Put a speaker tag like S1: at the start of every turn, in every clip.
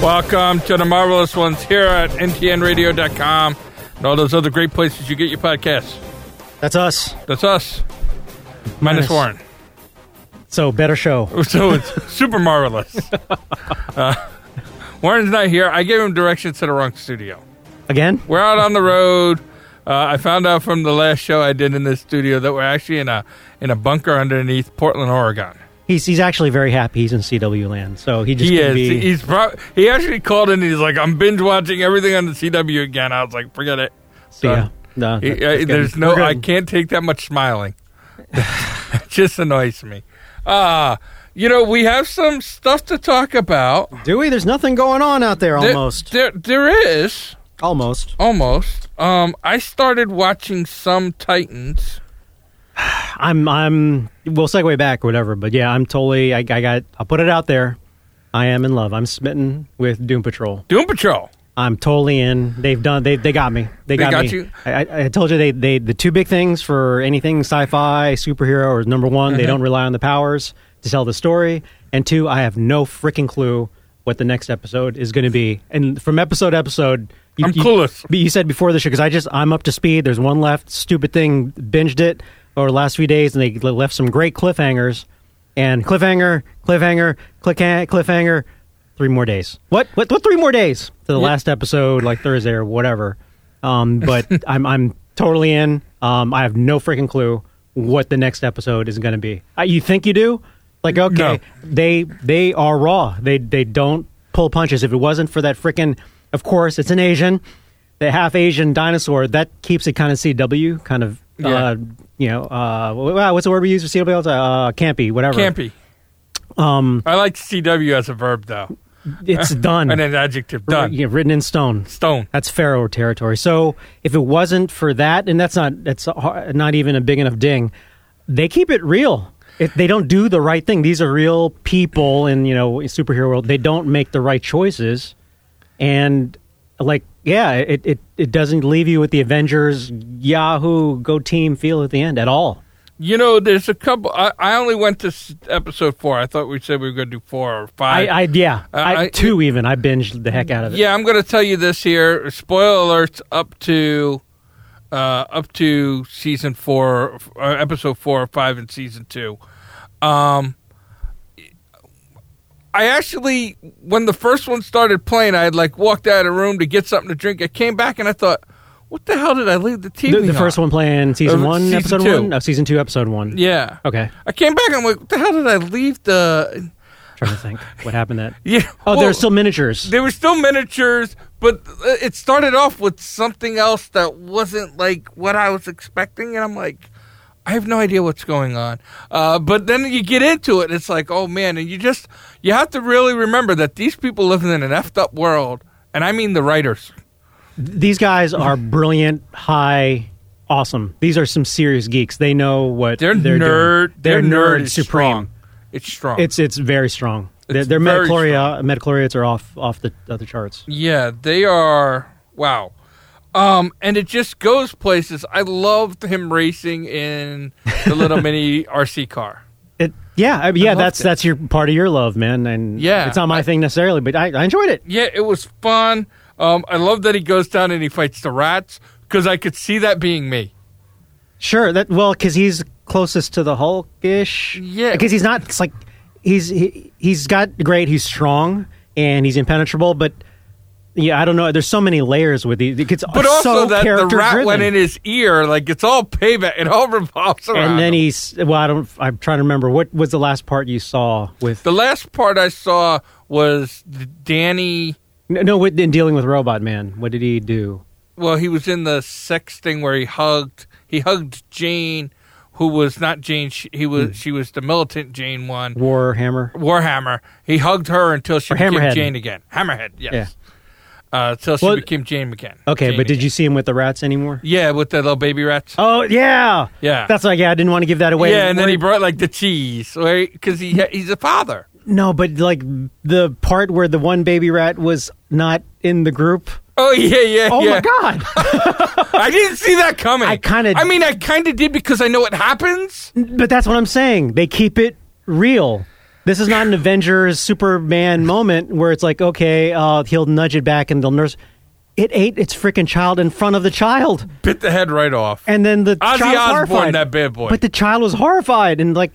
S1: welcome to the Marvelous Ones here at ntnradio.com and all those other great places you get your podcasts.
S2: That's us.
S1: That's us, minus
S2: Minus.
S1: Warren.
S2: So better show.
S1: So it's super marvelous. Uh, Warren's not here. I gave him directions to the wrong studio.
S2: Again?
S1: We're out on the road. Uh, I found out from the last show I did in this studio that we're actually in a in a bunker underneath Portland, Oregon.
S2: He's he's actually very happy he's in CW land. So he just
S1: He
S2: can
S1: is.
S2: be
S1: He's pro- he actually called in. and He's like, I'm binge watching everything on the CW again. I was like, forget it.
S2: so, yeah. No,
S1: He-
S2: that's
S1: uh,
S2: good.
S1: there's
S2: We're
S1: no.
S2: good.
S1: I can't take that much smiling. it just annoys me. Uh you know we have some stuff to talk about.
S2: Do we? There's nothing going on out there
S1: There-
S2: almost.
S1: There, there is
S2: almost.
S1: almost. Um, I started watching some Titans.
S2: I'm I'm we'll segue back or whatever, but yeah, I'm totally I, I got I'll put it out there. I am in love. I'm smitten with Doom Patrol.
S1: Doom Patrol.
S2: I'm totally in. They've done. They they got me. They got,
S1: got
S2: me.
S1: you?
S2: I, I, I told you they they the two big things for anything sci-fi superhero is number one
S1: Mm-hmm.
S2: they don't rely on the powers to tell the story, and two I have no freaking clue what the next episode is going to be. And from episode to episode, you,
S1: I'm
S2: you-
S1: clueless.
S2: but You said before the show because I just I'm up to speed. There's one left. Stupid thing binged it over the last few days, and they le- left some great cliffhangers. And cliffhanger, cliffhanger, click cliffhanger. Three more days. What? What? What? Three more days to the last episode, like Thursday or whatever. Um, but I'm I'm totally in. Um, I have no freaking clue what the next episode is going to be. Uh, you think you do? Like okay,
S1: No.
S2: they they are raw. They they don't pull punches. If it wasn't for that freaking, of course, it's an Asian, the half Asian dinosaur that keeps it kind of CW, kind of
S1: Yeah.
S2: uh, you know, uh, wha- what's the word we use for CW? Uh, campy, whatever.
S1: Campy. Um, I like CW as a verb though,
S2: It's done.
S1: and an adjective. Done.
S2: Yeah, written in stone.
S1: Stone.
S2: That's Pharaoh territory. So if it wasn't for that, and that's not that's a har- not even a big enough ding, they keep it real. If they don't do the right thing, these are real people in you know superhero world. They don't make the right choices, and like yeah, it it, it doesn't leave you with the Avengers Yahoo Go Team feel at the end at all.
S1: You know, there's a couple. I, I only went to s- episode four. I thought we said we were going to do four or
S2: I,
S1: five.
S2: I yeah,
S1: I-
S2: I,
S1: I-
S2: two even I binged the heck out of it.
S1: yeah, I'm going to tell you this here. Spoiler alerts up to uh, up to season four, uh, episode four or five in season two. Um, I actually, when the first one started playing, I had like walked out of the room to get something to drink. I came back and I thought, what the hell did I leave the TV?
S2: the, the first one playing season
S1: Uh,
S2: one,
S1: season
S2: episode
S1: two.
S2: one, no, season two, episode one.
S1: Yeah.
S2: Okay,
S1: I came back and I'm like, what the hell did I leave the?
S2: trying to think what happened that.
S1: Yeah.
S2: Oh,
S1: well-
S2: there are still miniatures.
S1: They were still miniatures, but uh, it started off with something else that wasn't like what I was expecting, and I'm like, I have no idea what's going on. Uh, but then you get into it, it's like, oh man, and you just you have to really remember that these people living in an effed up world, and I mean the writers.
S2: These guys are brilliant, high, awesome. These are some serious geeks. They know what
S1: They're,
S2: doing.
S1: nerd.
S2: They're
S1: nerd
S2: nerd
S1: is
S2: supreme.
S1: strong. It's strong.
S2: It's it's very strong.
S1: It's
S2: their
S1: very
S2: metacloria, metacloriates are off off the other charts.
S1: Yeah, they are. Wow. Um, and it just goes places. I loved him racing in the little mini RC car.
S2: It, yeah, I, yeah.
S1: loved
S2: That's
S1: it.
S2: that's your part of your love, man. And
S1: Yeah,
S2: it's not my thing necessarily, but I, I enjoyed it.
S1: Yeah, it was fun. Um, I love that he goes down and he fights the rats because I could see that being me.
S2: Sure. That well, because he's closest to the Hulkish.
S1: Yeah.
S2: Because he's not. It's like he's he, he's got great. He's strong and he's impenetrable. But yeah, I don't know. There's so many layers with these. It's
S1: But also
S2: so
S1: that the
S2: character
S1: rat
S2: driven.
S1: went in his ear, like it's all payback. It all revolves around.
S2: and then
S1: him.
S2: he's well. I don't. I'm trying to remember what was the last part you saw with
S1: The last part I saw was Danny.
S2: no. With, in dealing with Robot Man, what did he do?
S1: Well, he was in the sex thing where he hugged. He hugged Jane, who was not Jane. She, he
S2: Hmm.
S1: was. She was the militant Jane one.
S2: Warhammer.
S1: Warhammer. He hugged her until she
S2: Or
S1: became
S2: Hammerhead.
S1: Jane again. Hammerhead. Yes. Uh, until she
S2: Well-
S1: became Jane again.
S2: Okay,
S1: Jane
S2: but did
S1: again.
S2: you see him with the rats anymore?
S1: Yeah, with the little baby rats.
S2: Oh yeah,
S1: Yeah.
S2: That's like yeah. I didn't want to give that away.
S1: yeah, and then he
S2: What-
S1: brought like the cheese, right? Because he he's a father.
S2: No, but like the part where the one baby rat was not in the group.
S1: Oh yeah, yeah.
S2: Oh
S1: yeah.
S2: my god!
S1: I didn't see that coming.
S2: I kinda-
S1: I mean, I kind of did because I know it happens.
S2: but that's what I'm saying. They keep it real. This is not an Avengers Superman moment where it's like, okay, uh, he'll nudge it back and they'll nurse. It ate its freaking child in front of the child,
S1: Bit the head right off.
S2: and then the
S1: Ozzy
S2: child was
S1: Osbourne,
S2: horrified.
S1: that bad boy.
S2: But the child was horrified and like,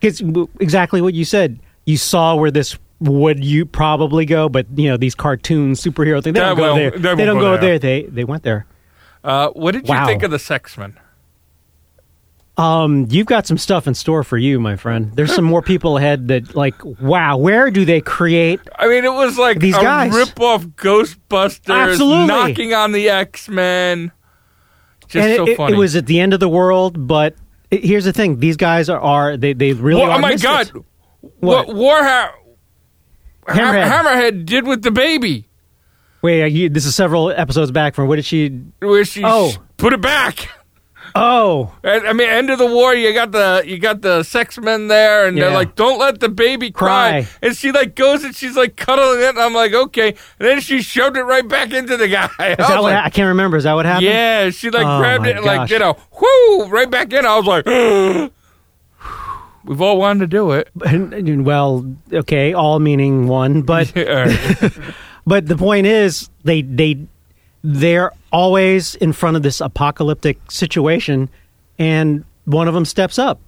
S2: because exactly what you said. You saw where this would you probably go, but you know these cartoon superhero things. They
S1: That
S2: don't go
S1: won't-
S2: there.
S1: that
S2: They,
S1: won't
S2: don't
S1: go
S2: go
S1: there.
S2: there. They they went there.
S1: Uh, what did you
S2: Wow.
S1: think of the Sex Men?
S2: Um, you've got some stuff in store for you, my friend. There's some more people ahead that like, wow, where do they create?
S1: I mean, it was like
S2: These
S1: a
S2: guys.
S1: rip-off Ghostbusters
S2: Absolutely.
S1: knocking on the X-Men. Just
S2: and it,
S1: so
S2: it-
S1: funny.
S2: it was at the end of the world, but it, here's the thing: these guys are, are they they really?
S1: Well,
S2: are
S1: oh my god!
S2: misfits.
S1: What, Warhammer
S2: Hammerhead.
S1: Hammerhead did with the baby,
S2: Wait, are you, this is several episodes back from. What did she?
S1: where she
S2: Oh.
S1: s- put it back.
S2: Oh,
S1: And, I mean, end of the war. You got the you got the sex men there, and they're
S2: Yeah.
S1: like, "Don't let the baby cry."
S2: Cry.
S1: And she like goes and she's like cuddling it. And I'm like, "Okay." And then she shoved it right back into the guy. I
S2: is
S1: was
S2: that what?
S1: like,
S2: I can't remember. Is that what happened?
S1: Yeah, she like
S2: Oh,
S1: grabbed
S2: my
S1: it and like
S2: gosh.
S1: you know, whoo, right back in. I was like, we've all wanted to do it.
S2: Yeah. well, okay, all meaning one, but
S1: Yeah.
S2: But the point is, they they they're always in front of this apocalyptic situation, and one of them steps up.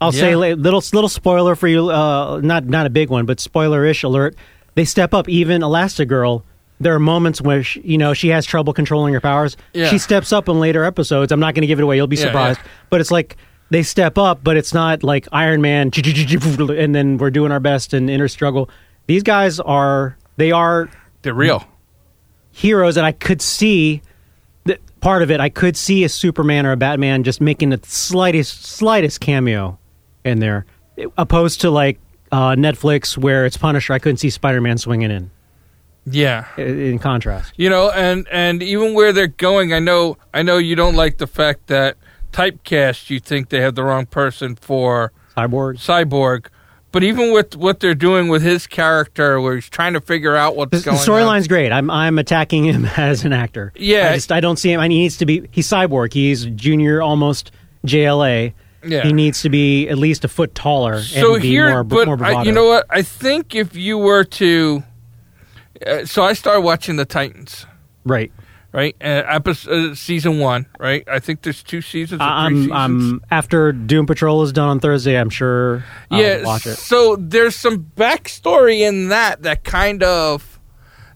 S2: I'll say
S1: Yeah.
S2: la- little little spoiler for you, uh, not not a big one, but spoiler-ish alert. They step up. Even Elastigirl, there are moments where she, you know she has trouble controlling her powers.
S1: Yeah.
S2: She steps up in later episodes. I'm not going to give it away. You'll be
S1: Yeah,
S2: surprised.
S1: yeah.
S2: But it's like they step up, but it's not like Iron Man, and then we're doing our best in inner struggle. These guys are they are
S1: They're real.
S2: heroes and I could see that part of it. I could see a Superman or a Batman just making the slightest slightest cameo in there, opposed to like uh, Netflix where it's Punisher. I couldn't see Spider Man swinging in.
S1: Yeah.
S2: i- In contrast,
S1: You know, and and even where they're going, I know, I know you don't like the fact that typecast. You think they have the wrong person for
S2: Cyborg.
S1: cyborg, but even with what they're doing with his character, where he's trying to figure out what's
S2: The, the
S1: going on.
S2: storyline's great. I'm I'm attacking him as an actor.
S1: Yeah.
S2: I just I don't see him. I mean, he needs to be. He's Cyborg. He's junior, almost JLA.
S1: Yeah.
S2: He needs to be at least a foot taller
S1: so
S2: and be
S1: here,
S2: more,
S1: but
S2: more
S1: I,
S2: bravado.
S1: you know what? I think if you were to, uh, so I started watching the Titans.
S2: right?
S1: right? Uh, episode, uh, season one, right? I think there's two seasons. Or
S2: I-
S1: 3
S2: I'm,
S1: seasons.
S2: I'm after Doom Patrol is done on Thursday. I'm sure I'll
S1: yeah.
S2: watch it.
S1: So there's some backstory in that that kind of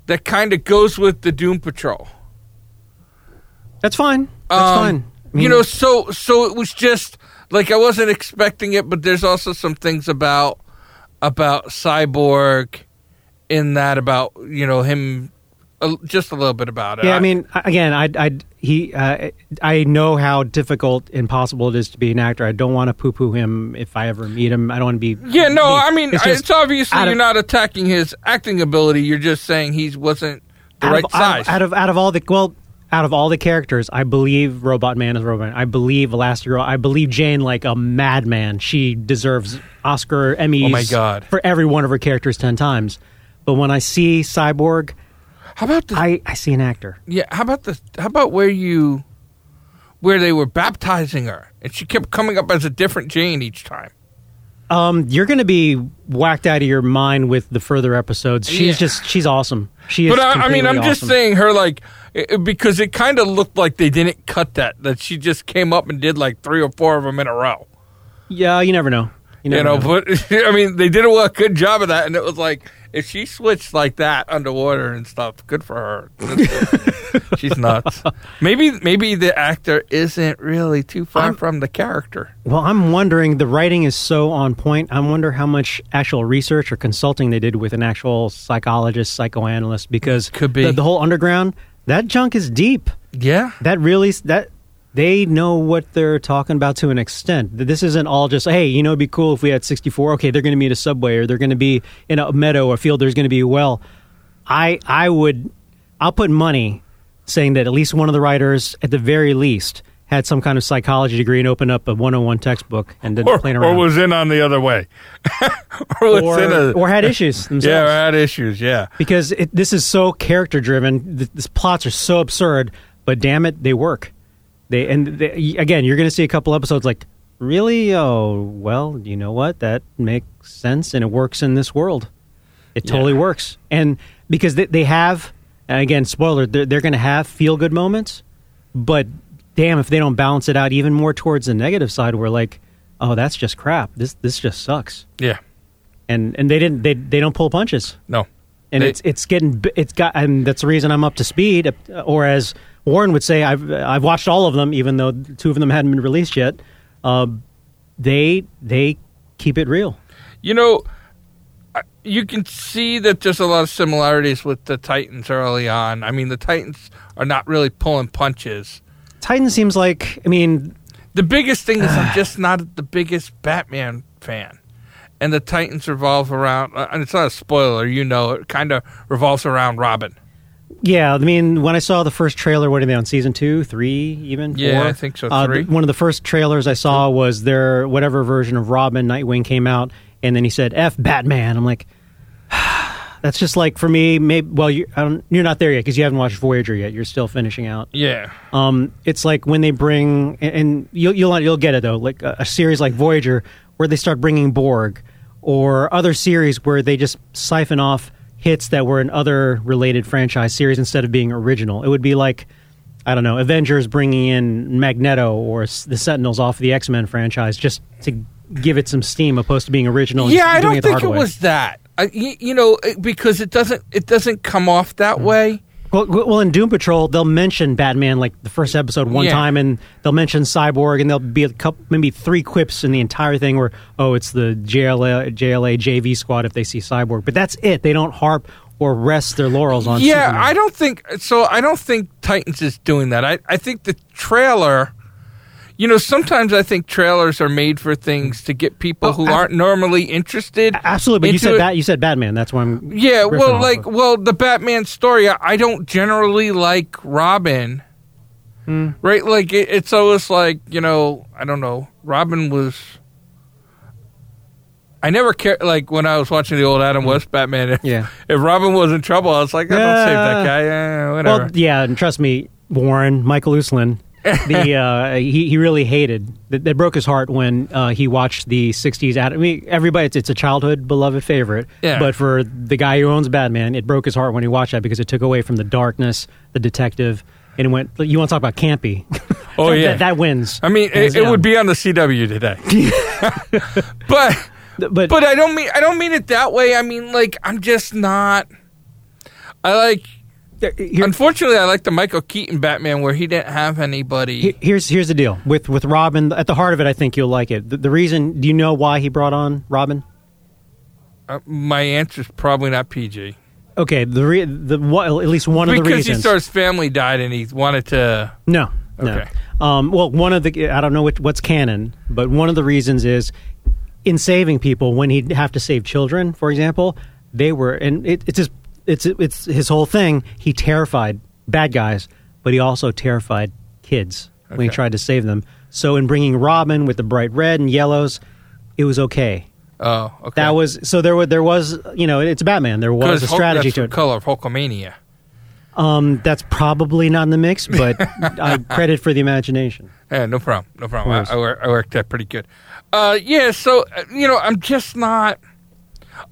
S1: that kind of goes with the Doom Patrol.
S2: That's fine. That's
S1: Um,
S2: fine. I mean,
S1: you know, so so it was just like I wasn't expecting it, but there's also some things about about Cyborg in that about you know him. Uh, just a little bit about it.
S2: yeah. I mean, I- again, I, I, he, uh, I know how difficult and possible it is to be an actor. I don't want to poo-poo him if I ever meet him. I don't want to be.
S1: Yeah, no, I mean, it's,
S2: it's just
S1: obviously
S2: out
S1: you're
S2: of-
S1: not attacking his acting ability. You're just saying he wasn't the
S2: out
S1: right
S2: of, out
S1: size.
S2: of- Out of, out of all the well, out of all the characters, I believe Robot Man is Robot. Man. I believe Elastigirl. I believe Jane like a madman. She deserves Oscar Emmys.
S1: Oh, my God.
S2: For every one of her characters ten times. But when I see Cyborg,
S1: how about the
S2: I, I see an actor.
S1: yeah? How about the how about where you where they were baptizing her and she kept coming up as a different Jane each time?
S2: Um, you're going to be whacked out of your mind with the further episodes. She's
S1: Yeah.
S2: just she's awesome. She is.
S1: But I, I mean,
S2: completely
S1: I'm just
S2: awesome.
S1: saying her like it, it- because it kind of looked like they didn't cut that that she just came up and did like three or four of them in a row.
S2: Yeah, you never know. You never
S1: You know,
S2: know.
S1: but I mean, they did a well- good job of that, and it was like if she switched like that underwater and stuff, good for her. She's nuts. Maybe, maybe the actor isn't really too far
S2: I'm-
S1: from the character.
S2: Well, I'm wondering. The writing is so on point. I wonder how much actual research or consulting they did with an actual psychologist, psychoanalyst, because
S1: Could be.
S2: the, the whole underground. That junk is deep.
S1: Yeah,
S2: That really that they know what they're talking about to an extent. Th- This isn't all just hey, you know, it'd be cool if we had 64. Okay, they're going to be in a subway or they're going to be in a meadow or field. There's going to be a well. I I would I'll put money saying that at least one of the writers, at the very least, had some kind of psychology degree and opened up a 101 textbook and didn't play around.
S1: in on the other way, or was
S2: or,
S1: in a
S2: or had issues themselves
S1: yeah, or had issues. Yeah,
S2: because it, this is so character driven. Th- These plots are so absurd, but damn it, they work. They and they, again, you're going to see a couple episodes like really? Oh, well, you know what? That makes sense, and it works in this world. It totally
S1: Yeah.
S2: works, and because they, they have, and again, spoiler, they're, they're going to have feel good moments, but damn, if they don't balance it out even more towards the negative side, where like, oh, that's just crap. This this just sucks,
S1: Yeah.
S2: and and they didn't they they don't pull punches
S1: No.
S2: and
S1: They-
S2: it's it's getting b- it's got and that's the reason I'm up to speed uh, or as Warren would say I've I've watched all of them even though two of them hadn't been released yet uh, they they keep it real
S1: You know, I- you can see that there's a lot of similarities with the Titans early on. I mean, the Titans are not really pulling punches.
S2: Titan seems like I mean
S1: The biggest thing is I'm just not the biggest Batman fan. And the Titans revolve around, uh, and it's not a spoiler, you know, it kind of revolves around Robin.
S2: yeah I mean when I saw the first trailer what are they on season 2 3 even
S1: Yeah,
S2: four?
S1: I think so,
S2: Uh,
S1: three. Mm-hmm.
S2: th- one of the first trailers I saw was their whatever version of Robin Nightwing came out and then he said F Batman I'm like That's just like for me. Maybe well, you, I don't, you're not there yet because you haven't watched Voyager yet. You're still finishing out.
S1: Yeah.
S2: Um, it's like when they bring, and- and you'll you'll you'll get it though. Like a, a series like Voyager, where they start bringing Borg, or other series where they just siphon off hits that were in other related franchise series instead of being original. It would be like, I don't know, Avengers bringing in Magneto or S- the Sentinels off the X Men franchise just to give it some steam, opposed to being original. and
S1: yeah,
S2: just
S1: I
S2: Oh, doing
S1: don't
S2: it the
S1: think
S2: hard
S1: it
S2: way.
S1: was that. I, you, you know, it- because it doesn't it doesn't come off that
S2: Mm.
S1: way.
S2: Well, well, well, in Doom Patrol, they'll mention Batman like the first episode one
S1: Yeah.
S2: time, and they'll mention Cyborg, and there'll be a couple, maybe three quips in the entire thing where, oh, it's the JLA, JLA JV squad if they see Cyborg, but that's it. They don't harp or rest their laurels on.
S1: yeah
S2: Superman.
S1: i don't think so i don't think titans is doing that I, I think the trailer you know sometimes i think trailers are made for things to get people
S2: Oh,
S1: who
S2: ab-
S1: aren't normally interested
S2: absolutely. But you
S1: into
S2: said
S1: it.
S2: that you said Batman. That's why I'm.
S1: yeah
S2: riffing
S1: well
S2: off
S1: like
S2: of-
S1: well the batman story i, I don't generally like robin
S2: Hmm.
S1: right like it, it's always like you know i don't know robin was I never care like when I was watching the old Adam West Batman. If,
S2: Hmm. Yeah.
S1: if Robin was in trouble, I was like, I don't save that
S2: Yeah.
S1: guy. eh, whatever.
S2: Well, yeah, and trust me, Warren Michael Uslan, the uh, he he really hated that, that broke his heart when uh, he watched the '60s. Ad- I mean, everybody, it's, it's a childhood beloved favorite.
S1: Yeah.
S2: But for the guy who owns Batman, it broke his heart when he watched that because it took away from the darkness, the detective, and it went. You want to talk about campy?
S1: Oh,
S2: That-
S1: yeah.
S2: that, that wins.
S1: I mean,
S2: Hands
S1: it, it
S2: down.
S1: would be on the CW today. but
S2: but
S1: but I don't mean I don't mean it that way. I mean like I'm just not. I like.
S2: here-
S1: unfortunately, I like the Michael Keaton Batman where he didn't have anybody.
S2: Here- Here's here's the deal with with Robin. At the heart of it, I think you'll like it. The, the reason, do you know why he brought on Robin?
S1: uh, my answer's probably not PG
S2: Okay, the re- the what, at least one of the
S1: because he
S2: reasons.
S1: saw his family died and he wanted to.
S2: No.
S1: Okay.
S2: No. Um, well, one of the I don't know which, what's canon, but one of the reasons is in saving people when he'd have to save children, for example, they were and it, it's his it's it's his whole thing. He terrified bad guys, but he also terrified kids when he
S1: Okay.
S2: tried to save them. So in bringing Robin with the bright red and yellows, it was okay.
S1: Oh, okay.
S2: That was so there was there was you know it's Batman. There was a
S1: Hulk-
S2: strategy
S1: that's
S2: to
S1: the
S2: it.
S1: Color of Hulkamania.
S2: Um, that's probably not in the mix, but I credit for the imagination.
S1: Yeah, no problem. No problem.
S2: Yes.
S1: I, I, work, I worked that pretty good. Uh, yeah, so, uh, you know, I'm just not.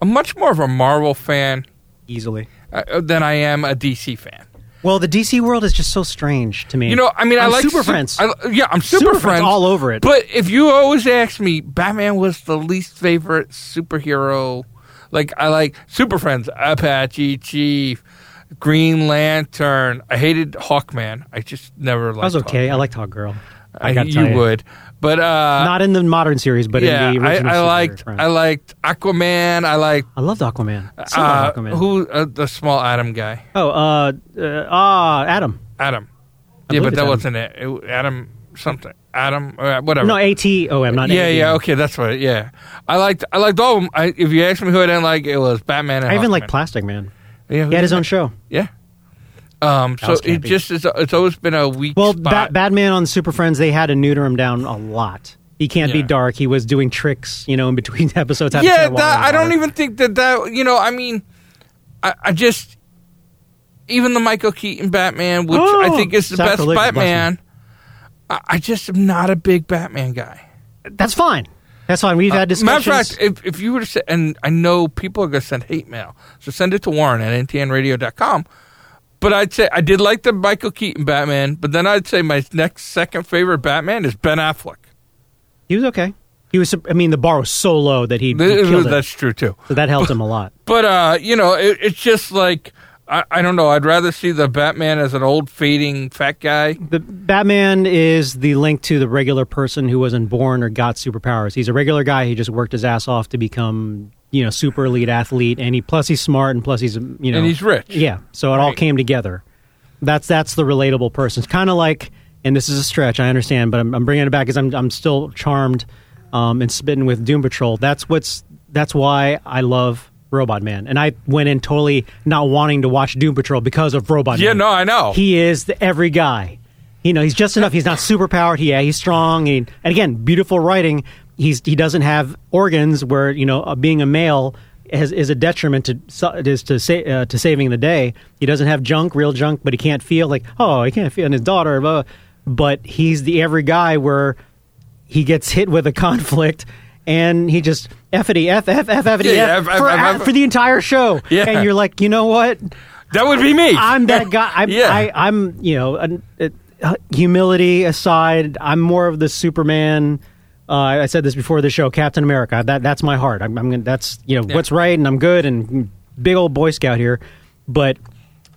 S1: I'm much more of a Marvel fan
S2: Easily.
S1: uh, than I am a DC fan.
S2: Well, the DC world is just so strange to me.
S1: You know, I mean, I
S2: I'm
S1: like
S2: Super
S1: Sup-
S2: Friends.
S1: I, yeah, I'm Super,
S2: Super Friends
S1: Friends
S2: all over it.
S1: But if you always ask me, Batman was the least favorite superhero. Like I like Super Friends, Apache Chief, Green Lantern. I hated Hawkman. I just never liked.
S2: I was okay.
S1: Hawkman.
S2: I liked Hot Girl. I,
S1: I-
S2: got
S1: you would, but uh,
S2: not in the modern series, but
S1: yeah,
S2: in the
S1: I,
S2: original.
S1: I
S2: superhero
S1: liked.
S2: Friends.
S1: I liked Aquaman. I liked
S2: I loved Aquaman.
S1: uh,
S2: So loved Aquaman.
S1: who uh, the small Adam guy.
S2: oh, uh, uh, ah, Adam.
S1: Adam.
S2: I
S1: yeah,
S2: believe
S1: but
S2: it's
S1: that
S2: Adam.
S1: wasn't it. it. Adam something. Adam uh, whatever.
S2: No, A T O M. Not
S1: yeah,
S2: ATM.
S1: yeah, okay, that's right. Yeah, I liked, I liked all of them. I, if you ask me who I didn't like, it was Batman. And
S2: I even
S1: Hawkman.
S2: like Plastic Man.
S1: yeah, who
S2: He had his
S1: didn't
S2: own show.
S1: like- Yeah, um, so
S2: was
S1: it
S2: campy.
S1: just is, it's always been a weak
S2: Well, ba-
S1: spot.
S2: Batman on Super Friends, they had to neuter him down a lot. He can't be
S1: Yeah.
S2: dark. He was doing tricks, you know, in between episodes. had to
S1: yeah,
S2: throw water
S1: that,
S2: in
S1: I don't
S2: water.
S1: even think that that you know. I mean, I, I just even the Michael Keaton Batman, which I
S2: Oh,
S1: think is the best
S2: sacrilegious, bless
S1: Batman. I, I just am not a big Batman guy.
S2: That's fine. That's fine. We've had
S1: Uh, Matter
S2: discussions.
S1: of fact, if, if you were to say, and I know people are going to send hate mail, so send it to Warren at ntnradio.com. But I'd say I did like the Michael Keaton Batman, but then I'd say my next second favorite Batman is Ben Affleck.
S2: he was okay. He was. I mean, the bar was so low that he, he
S1: Th-
S2: killed it.
S1: That's true too.
S2: So that helped him a lot.
S1: But uh, you know, it, it's just like I, I don't know. I'd rather see the Batman as an old fading fat guy.
S2: The Batman is the link to the regular person who wasn't born or got superpowers. He's a regular guy. He just worked his ass off to become, you know, super elite athlete. And he plus he's smart and plus he's you know
S1: And he's rich.
S2: Yeah, so it all
S1: Right.
S2: came together. That's that's the relatable person. It's kind of like, and this is a stretch, I understand, but I'm, I'm bringing it back because I'm I'm still charmed um, and smitten with Doom Patrol. That's what's that's why I love Robot Man, and I went in totally not wanting to watch Doom Patrol because of Robot
S1: Yeah,
S2: Man.
S1: no, I know.
S2: He is the every guy. You know, he's just enough. He's not super powered. He, yeah, he's strong. He, and again, beautiful writing. He's he doesn't have organs where you know uh, being a male has, is a detriment to so- it is to sa- uh, to saving the day. He doesn't have junk, real junk, but he can't feel like oh, he can't feel and his daughter. Blah, blah. But he's the every guy where he gets hit with a conflict. And he just effity f f f effity
S1: Yeah,
S2: f,
S1: yeah, F-
S2: for,
S1: F- F-
S2: for the entire show,
S1: Yeah.
S2: and you're like, you know what?
S1: that would be me.
S2: I'm that guy. I'm,
S1: Yeah.
S2: I, I'm you know, an, it, humility aside, I'm more of the Superman. Uh, I said this before the show, Captain America. That that's my heart. I'm, I'm gonna, that's you know what's right, and I'm good, and big old Boy Scout here. But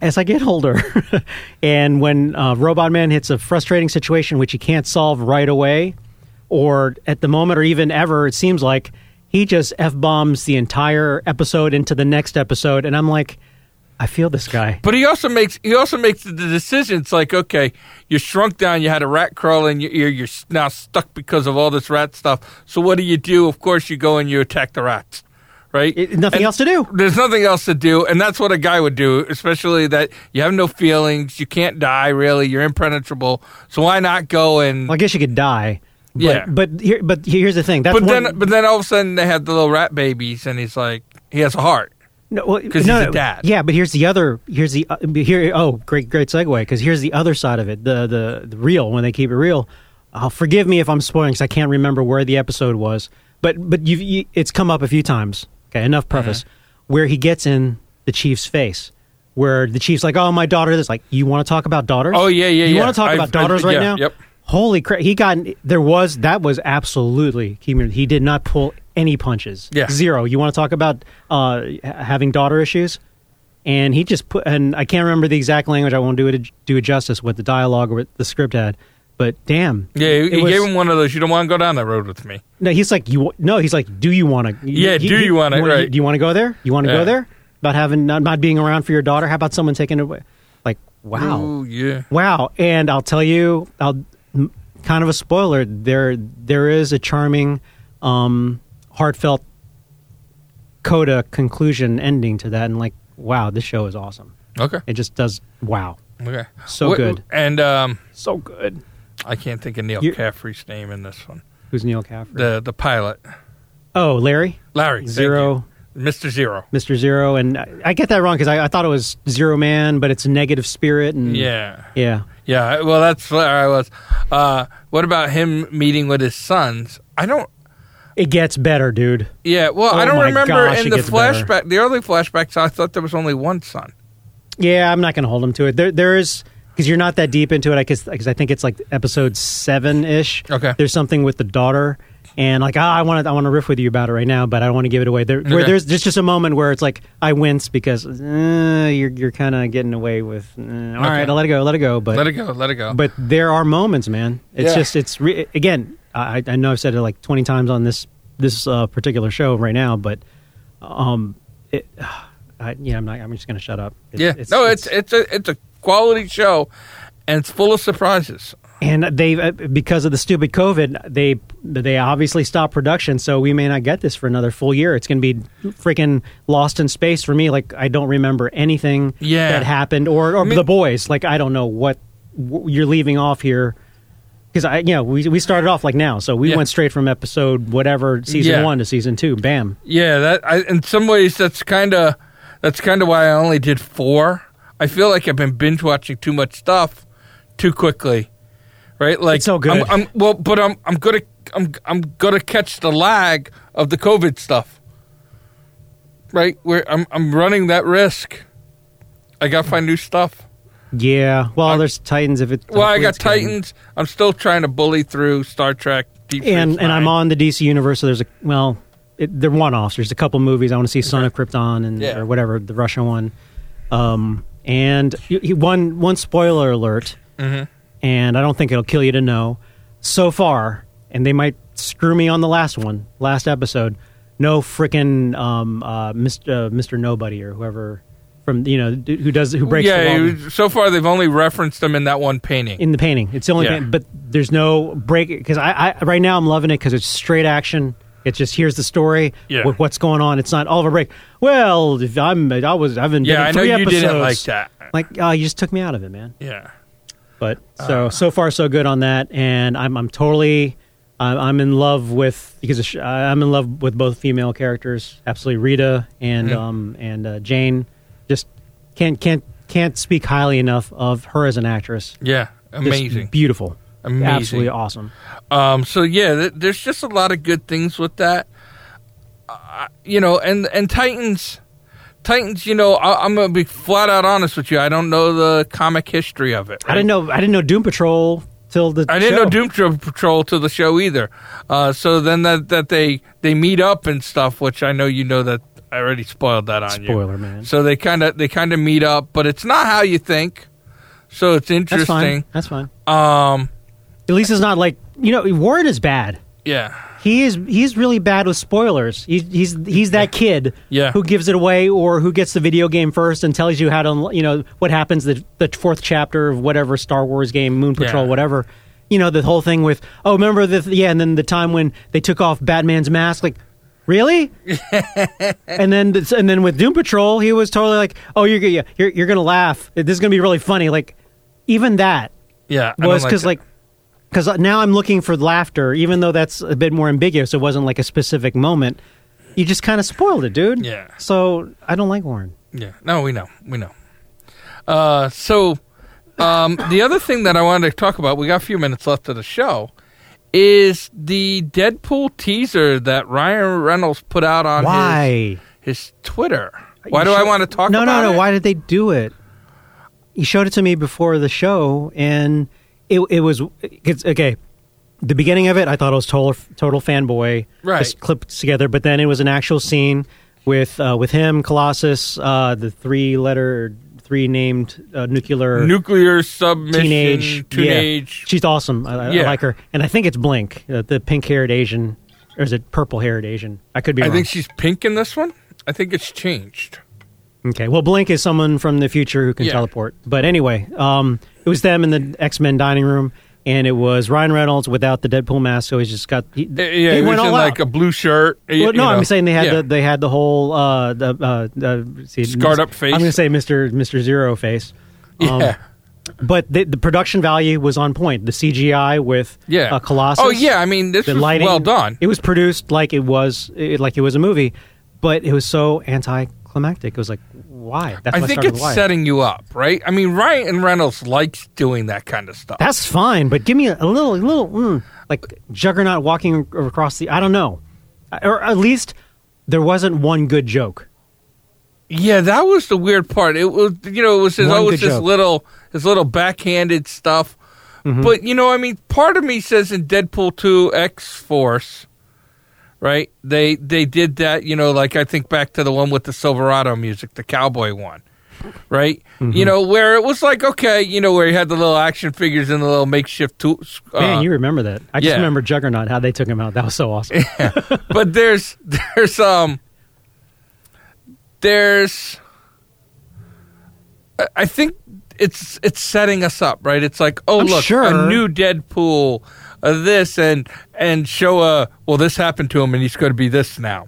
S2: as I get older, and when uh, Robot Man hits a frustrating situation which he can't solve right away, or at the moment, or even ever, it seems like he just f bombs the entire episode into the next episode, and I'm like, I feel this guy.
S1: But he also makes he also makes the decisions like okay, you shrunk down, you had a rat crawl in your ear, you're s- now stuck because of all this rat stuff. So what do you do? Of course, you go and you attack the rats, right?
S2: It- nothing
S1: And
S2: else to do.
S1: There's nothing else to do, and that's what a guy would do, especially that you have no feelings, you can't die, really, you're impenetrable. So why not go and?
S2: Well, I guess you could die. But,
S1: Yeah.
S2: But here, but here's the thing. That's
S1: but
S2: one,
S1: then, but then all of a sudden they have the little rat babies, and he's like, he has a heart.
S2: no, well,
S1: 'cause
S2: no,
S1: he's a
S2: no,
S1: dad.
S2: Yeah, but here's the other. Here's the uh, here. Oh, great, great segue. Because here's the other side of it. The the, the real when they keep it real. Uh, forgive me if I'm spoiling because I can't remember where the episode was. But but you've, you it's come up a few times. Okay,
S1: Mm-hmm.
S2: enough preface. Where he gets in the chief's face. Where the chief's like, "Oh, my daughter." This like, you want to talk about daughters?
S1: Oh, yeah, yeah,
S2: You
S1: yeah.
S2: want to talk
S1: I've-
S2: about daughters
S1: I've-
S2: right
S1: yeah,
S2: now?
S1: yep.
S2: Holy crap! He got there was that was absolutely he, he did not pull any punches.
S1: Yeah.
S2: zero. You want to talk about uh, ha- having daughter issues? And he just put and I can't remember the exact language. I won't do it do it justice with the dialogue or what the script had. But damn,
S1: Yeah, he,
S2: it
S1: he
S2: was-
S1: gave him one of those. You don't want to go down that road with me.
S2: No, he's like you. No, he's like, do you want to?
S1: Yeah, do you wanna- right.
S2: Do you want to go there? You want to
S1: Yeah.
S2: go there about having not, not being around for your daughter? How about someone taking it away? Like wow.
S1: Ooh, yeah.
S2: Wow, and I'll tell you, I'll m- kind of a spoiler. There, there is a charming, um, heartfelt coda conclusion ending to that, and like, wow, this show is awesome.
S1: Okay.
S2: It just does wow,
S1: Okay.
S2: So
S1: What-
S2: good.
S1: And um,
S2: so good.
S1: I can't think of Neil
S2: You-
S1: Caffrey's name in this one.
S2: Who's Neil Caffrey?
S1: The the pilot,
S2: oh, Larry
S1: Larry thank
S2: Zero,
S1: you. Mr. Zero.
S2: Mister Zero, and I, I get that wrong because I, I thought it was Zero Man, but it's negative spirit, and
S1: Yeah,
S2: yeah.
S1: yeah. Well, that's where I was. Uh, what about him meeting with his sons? I don't.
S2: It gets better, dude.
S1: Yeah. Well,
S2: Oh
S1: I don't
S2: my
S1: remember
S2: gosh,
S1: in
S2: it
S1: the
S2: gets better.
S1: flashback, the early flashbacks. I thought there was only one son.
S2: Yeah, I'm not going to hold him to it. There, there is because you're not that deep into it. I guess because I think it's like episode seven ish.
S1: Okay.
S2: There's something with the daughter, and like ah, I want to, I want to riff with you about it right now, but I don't want to give it away. There, where
S1: Okay.
S2: there's there's just a moment where it's like I wince because uh, you're you're kind of getting away with. Uh, all right, I'll let it go, let it go, but
S1: Let it go. Let it go.
S2: but there are moments, man. It's
S1: Yeah.
S2: just it's re- again. I, I know I've said it like twenty times on this this uh, particular show right now, but um, it. I, yeah, I'm not. I'm just gonna shut up. It's-
S1: yeah. no, it's it's a it's a quality show, and it's full of surprises.
S2: and they uh, because of the stupid COVID, they they obviously stopped production, so we may not get this for another full year. It's going to be freaking lost in space for me. Like I don't remember anything
S1: Yeah.
S2: that happened, or or
S1: mean-
S2: the boys. Like I don't know what w- you're leaving off here. Because I, you know, we, we started off like now, so we
S1: Yeah.
S2: went straight from episode whatever season
S1: Yeah.
S2: one to season two. Bam!
S1: Yeah, that I, in some ways that's kind of that's kind of why I only did four. I feel like I've been binge watching too much stuff too quickly, right? Like
S2: It's so good.
S1: I'm, I'm well, but I'm I'm good at I'm I'm gonna catch the lag of the COVID stuff. Right, where I'm I'm running that risk. I gotta find new stuff.
S2: Yeah. Well,
S1: I-
S2: there's Titans. If it
S1: Well, I got
S2: it's good.
S1: Titans. I'm still trying to bully through Star Trek. Deep Space
S2: and and I'm
S1: Nine.
S2: on the DC universe. So there's a well, it, they're one offs. There's a couple movies I want to see: Son of Krypton and
S1: Yeah.
S2: or whatever the Russian one. Um, and y- y- one one spoiler alert,
S1: Mm-hmm.
S2: and I don't think it'll kill you to know. So far, and they might screw me on the last one, last episode. No frickin' um, uh, Mr. Uh, Mr. Nobody or whoever from you know d- who does who breaks the
S1: Yeah,
S2: law
S1: it was- so far they've only referenced them in that one painting.
S2: in the painting. It's the only
S1: Yeah.
S2: painting, but there's no break because I, I right now I'm loving it because it's straight action. It's just here's the story.
S1: Yeah.
S2: wh- what's going on? It's not all of a break. Well, if I'm I was I haven't
S1: yeah, I
S2: been
S1: know
S2: in
S1: you
S2: three episodes.
S1: didn't like that.
S2: Like oh, you just took me out of it, man.
S1: Yeah,
S2: But
S1: Uh.
S2: so so far so good on that, and I'm I'm totally I'm, I'm in love with because of, Sh- I- I'm in love with both female characters. Absolutely, Rita and
S1: Mhm.
S2: um and uh, Jane. Just can't can't can't speak highly enough of her as an actress.
S1: yeah,
S2: Just
S1: amazing,
S2: beautiful.
S1: amazing.
S2: Absolutely awesome.
S1: Um, so yeah, th- there's just a lot of good things with that. Uh, you know, and and Titans, Titans. You know, I, I'm gonna be flat out honest with you. I don't know the comic history of it.
S2: I didn't know. I didn't know Doom Patrol till the.
S1: I didn't
S2: show.
S1: know Doom Tro- Patrol to the show either. Uh, so then that that they they meet up and stuff, which I know you know that I already spoiled that on you.
S2: Spoiler, man.
S1: So they kind of they kind of meet up, but it's not how you think. So it's
S2: That's fine.
S1: interesting.
S2: That's fine.
S1: Um,
S2: At least it's not like you know. Warren is bad.
S1: yeah,
S2: He is. He's really bad with spoilers. He's he's he's that kid.
S1: Yeah.
S2: Who gives it away or who gets the video game first and tells you how to unlo- you know what happens the the fourth chapter of whatever Star Wars game Moon Patrol
S1: Yeah.
S2: whatever. You know the whole thing with oh remember the yeah and then the time when they took off Batman's mask like really and then this- and then with Doom Patrol, he was totally like, "Oh, you're gonna- yeah, you're you're gonna laugh. This is gonna be really funny." Like, even that
S1: yeah. I don't
S2: was because
S1: that.
S2: like because now I'm looking for laughter, even though that's a bit more ambiguous. It wasn't like a specific moment. You just kind of spoiled it, dude.
S1: Yeah.
S2: So I don't like Warren.
S1: Yeah. No, we know. We know. Uh, so um, the other thing that I wanted to talk about, we got a few minutes left of the show, is the Deadpool teaser that Ryan Reynolds put out on his,
S2: Why?
S1: his Twitter. Why
S2: You
S1: do I
S2: showed-
S1: want to talk
S2: no,
S1: about
S2: no, no.
S1: it?
S2: Why did they do it? You showed it to me before the show, and it it was it's, okay. The beginning of it, I thought it was total total fanboy,
S1: Right.
S2: Just clipped together, but then it was an actual scene with uh, with him, Colossus, uh, the three letter, three named uh, nuclear
S1: Nuclear submission.
S2: teenage, yeah.
S1: teenage.
S2: She's awesome. I, I- I
S1: Yeah.
S2: like her, and I think it's Blink, uh, the pink haired Asian, or is it purple haired Asian? I could be
S1: I
S2: wrong.
S1: think she's pink in this one. I think it's changed.
S2: Okay. Well, Blink is someone from the future who can
S1: Yeah.
S2: teleport. But anyway, um, it was them in the X Men dining room, and it was Ryan Reynolds without the Deadpool mask, so he's just got. He,
S1: Uh, Yeah, yeah,
S2: they
S1: it was
S2: went
S1: in
S2: all
S1: like
S2: out.
S1: a blue shirt. y-
S2: Well,
S1: you
S2: no,
S1: know.
S2: I'm saying they had
S1: Yeah.
S2: the they had the whole uh, the uh, uh, see,
S1: Scarred up face.
S2: I'm going to say Mister Mister Zero face. um,
S1: Yeah.
S2: But the, the production value was on point. The CGI with
S1: yeah.
S2: uh, Colossus.
S1: Oh yeah, I mean this
S2: the
S1: was
S2: lighting
S1: well done.
S2: It was produced like it was it, like it was a movie, but it was so anticlimactic. It was like why? That's
S1: I
S2: why
S1: think
S2: started
S1: it's
S2: why.
S1: setting you up, right? I mean, Ryan Reynolds likes doing that kind of stuff.
S2: That's fine, but give me a, a little, a little, mm, like Juggernaut walking a- across the. I don't know, or at least there wasn't one good joke.
S1: yeah, that was the weird part. It was, you know, it was his,
S2: One
S1: always
S2: good
S1: his
S2: joke. Mm-hmm.
S1: little, his little backhanded stuff. But you know, I mean, part of me says in Deadpool two X Force, right? They they did that. You know, like I think back to the one with the Silverado music, the cowboy one. Right,
S2: Mm-hmm.
S1: you know where it was like okay, you know where he had the little action figures and the little makeshift tools. Uh,
S2: Man, you remember that? I just
S1: yeah.
S2: remember Juggernaut how they took him out. That was so awesome.
S1: but there's there's um there's I- I think it's it's setting us up, right? It's like, oh
S2: I'm
S1: look,
S2: sure.
S1: a new Deadpool, uh, this and and show a well, this happened to him, and he's going to be this now,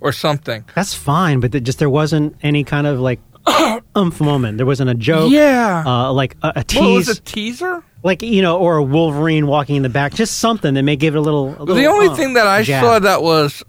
S1: or something.
S2: That's fine, but it just there wasn't any kind of like umph moment. There wasn't a joke.
S1: yeah,
S2: Uh, like a, a
S1: what was
S2: tease,
S1: a teaser?
S2: like you know, or a Wolverine walking in the back, just something that may give it a little. A little
S1: the only
S2: uh,
S1: thing that I
S2: jab.
S1: saw that was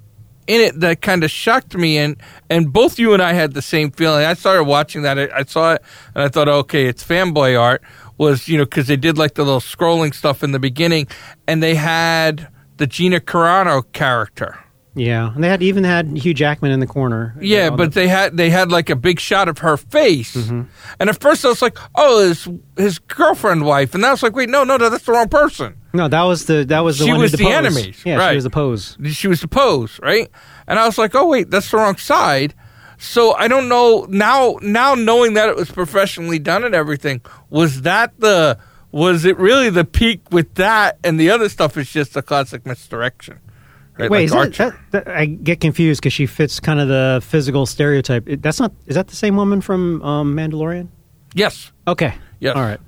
S1: in it that kind of shocked me, and and both you and I had the same feeling. I started watching that. I, I saw it, and I thought, okay, it's fanboy art. Was you know because they did like the little scrolling stuff in the beginning, and they had the Gina Carano character.
S2: Yeah, and they had even had Hugh Jackman in the corner. you
S1: Yeah,
S2: know,
S1: but they had they had like a big shot of her face, and at first I was like, "Oh, his his girlfriend wife," and then I was like, "Wait, no, no, no, that's the wrong person."
S2: no, that was the that was the
S1: She
S2: one who
S1: was the
S2: deposed.
S1: enemy,
S2: Yeah,
S1: right.
S2: she was the pose.
S1: She was supposed right, and I was like, "Oh, wait, that's the wrong side." So I don't know now. Now knowing that it was professionally done and everything, was that the was it really the peak with that, and the other stuff is just a classic misdirection? Right,
S2: Wait,
S1: like
S2: is that, that, that- I get confused because she fits kind of the physical stereotype. It- that's not is that the same woman from um, Mandalorian?
S1: yes,
S2: Okay.
S1: Yes.
S2: All right.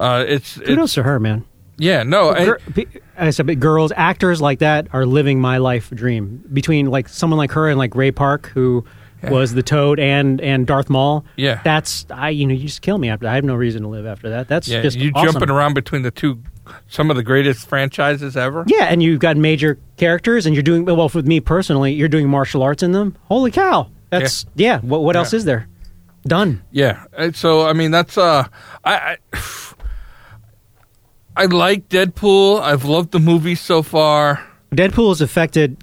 S1: uh, it's,
S2: Kudos
S1: it's
S2: to her, man.
S1: yeah, no, I-
S2: Gir- pe- I said, but girls, actors like that are living my life dream. Between like someone like her and like Ray Park, who
S1: Yeah.
S2: was the Toad and and Darth Maul.
S1: Yeah.
S2: that's I. You know, you just kill me after. I have no reason to live after that. That's
S1: Yeah,
S2: just
S1: you
S2: awesome.
S1: jumping around between the two, some of the greatest franchises ever.
S2: Yeah, and you've got major characters, and you're doing well. For me personally, you're doing martial arts in them. Holy cow! That's yeah. what what else
S1: Yeah.
S2: is there? Done.
S1: Yeah, and so I mean that's uh, I, I, I like Deadpool. I've loved the movie so far.
S2: Deadpool has affected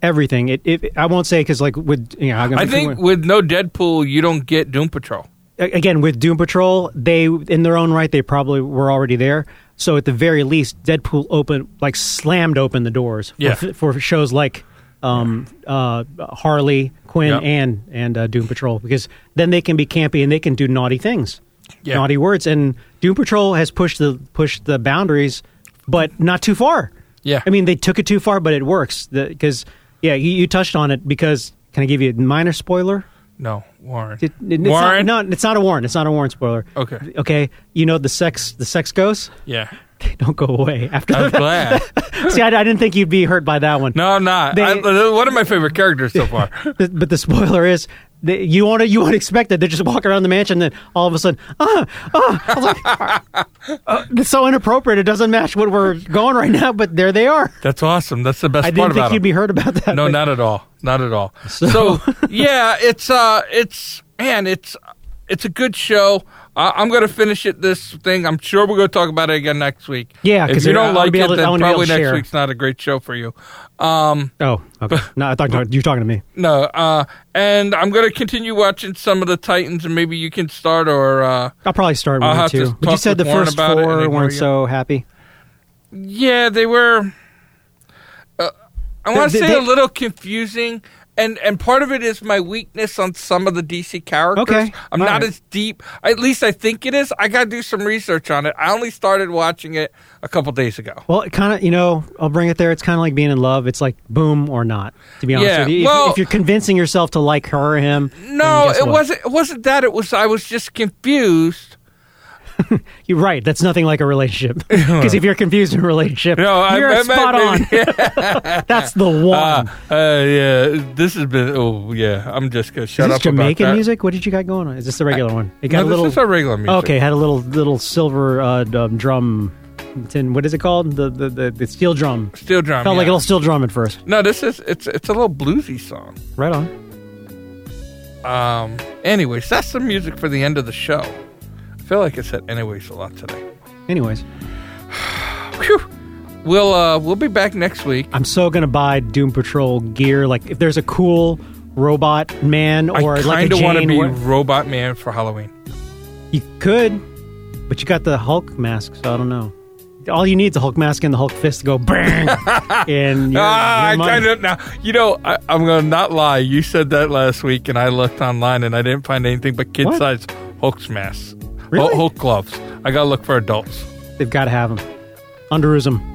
S2: everything. It, it I won't say because like with you know, I'm gonna-
S1: I think with no Deadpool, you don't get Doom Patrol.
S2: a- again with Doom Patrol, they in their own right they probably were already there. So at the very least, Deadpool opened like slammed open the doors for,
S1: Yeah.
S2: for shows like um, uh, Harley Quinn
S1: Yep.
S2: and and uh, Doom Patrol because then they can be campy and they can do naughty things,
S1: Yeah.
S2: naughty words. And Doom Patrol has pushed the pushed the boundaries, but not too far.
S1: Yeah.
S2: I mean they took it too far, but it works because yeah, you, you touched on it because can I give you a minor spoiler?
S1: No, Warren.
S2: It, it- it's
S1: Warren.
S2: Not, no, it's not a warrant. It's not a warrant spoiler.
S1: Okay.
S2: Okay. You know the sex. The sex goes.
S1: Yeah,
S2: They don't go away after
S1: I'm
S2: that.
S1: glad.
S2: See, I, I didn't think you'd be hurt by that one.
S1: Uh, No, I'm not.
S2: They-
S1: I, they're one of my favorite characters so far.
S2: The- but the spoiler is that you won't you won't expect that they're just walking around the mansion. Then all of a sudden, ah, ah. I was like, uh, it's so inappropriate. It doesn't match what we're going right now. But there they are.
S1: That's awesome. That's the best
S2: I
S1: part
S2: didn't
S1: about
S2: think
S1: him.
S2: you'd be hurt about that.
S1: No,
S2: but-
S1: not at all. Not at all. So, yeah, it's uh it's man, it's it's a good show. Uh, I'm gonna finish it this thing. I'm sure we're gonna talk about it again next week.
S2: Yeah,
S1: if
S2: 'cause
S1: you
S2: I-
S1: don't
S2: I wanna
S1: like
S2: be
S1: it,
S2: able to- I
S1: then
S2: wanna be able
S1: probably
S2: to
S1: next
S2: share.
S1: week's not a great show for you. Um,
S2: Oh, okay. No, I thought you're talking to me.
S1: no, uh, and I'm gonna continue watching some of the Titans, and maybe you can start or uh,
S2: I'll probably start
S1: I'll
S2: one or
S1: have to
S2: two. But you
S1: talk
S2: said the
S1: with Warren
S2: first
S1: about it and
S2: four
S1: ignore
S2: weren't
S1: you.
S2: so happy.
S1: yeah, they were. Uh, I
S2: They-
S1: want to
S2: they-
S1: say
S2: they-
S1: a little confusing. And, and part of it is my weakness on some of the DC characters.
S2: Okay.
S1: I'm
S2: All
S1: not
S2: right.
S1: as deep. At least I think it is. I got to do some research on it. I only started watching it a couple days ago.
S2: Well, it kind of, you know, I'll bring it there. It's kind of like being in love. It's like boom or not, to be honest
S1: Yeah,
S2: with you. If,
S1: well-
S2: if you're convincing yourself to like her or him, then
S1: No,
S2: guess
S1: it
S2: what?
S1: wasn't. It wasn't that. It was. I was just confused.
S2: You're right. That's nothing like a relationship. Because if you're confused in a relationship,
S1: No, I-
S2: you're
S1: I meant
S2: spot on.
S1: maybe-
S2: That's the
S1: Uh,
S2: one.
S1: uh, yeah, this has been. Oh, yeah. I'm just gonna shut
S2: is this
S1: up.
S2: Jamaican
S1: about that.
S2: music? What did you got going on? Is this the regular one? It got
S1: no,
S2: a little.
S1: This is our regular music.
S2: okay, had a little little silver uh, d- um, drum. Tin, what is it called? The the, the, the steel drum.
S1: Steel drum.
S2: Felt like a
S1: yeah.
S2: little steel drum at first.
S1: No, this is. It's. It's a little bluesy song.
S2: Right on.
S1: Um. Anyways, that's the music for the end of the show. I feel like I said anyways a lot today.
S2: Anyways,
S1: Phew. We'll uh we'll be back next week.
S2: I'm so gonna buy Doom Patrol gear. Like if there's a cool robot man or
S1: I
S2: like
S1: kind
S2: a
S1: of want to
S2: Jane,
S1: be
S2: where-
S1: Robot Man for Halloween.
S2: you could, but you got the Hulk mask, so I don't know. All you need is a Hulk mask and the Hulk fist to go bang. and you're,
S1: ah,
S2: you're
S1: I
S2: mine.
S1: kind of now. You know, I, I'm gonna not lie. You said that last week, and I looked online, and I didn't find anything but kid
S2: What?
S1: size Hulk's masks,
S2: Really?
S1: Hulk gloves. I gotta look for adults.
S2: they've got to have him. Underism.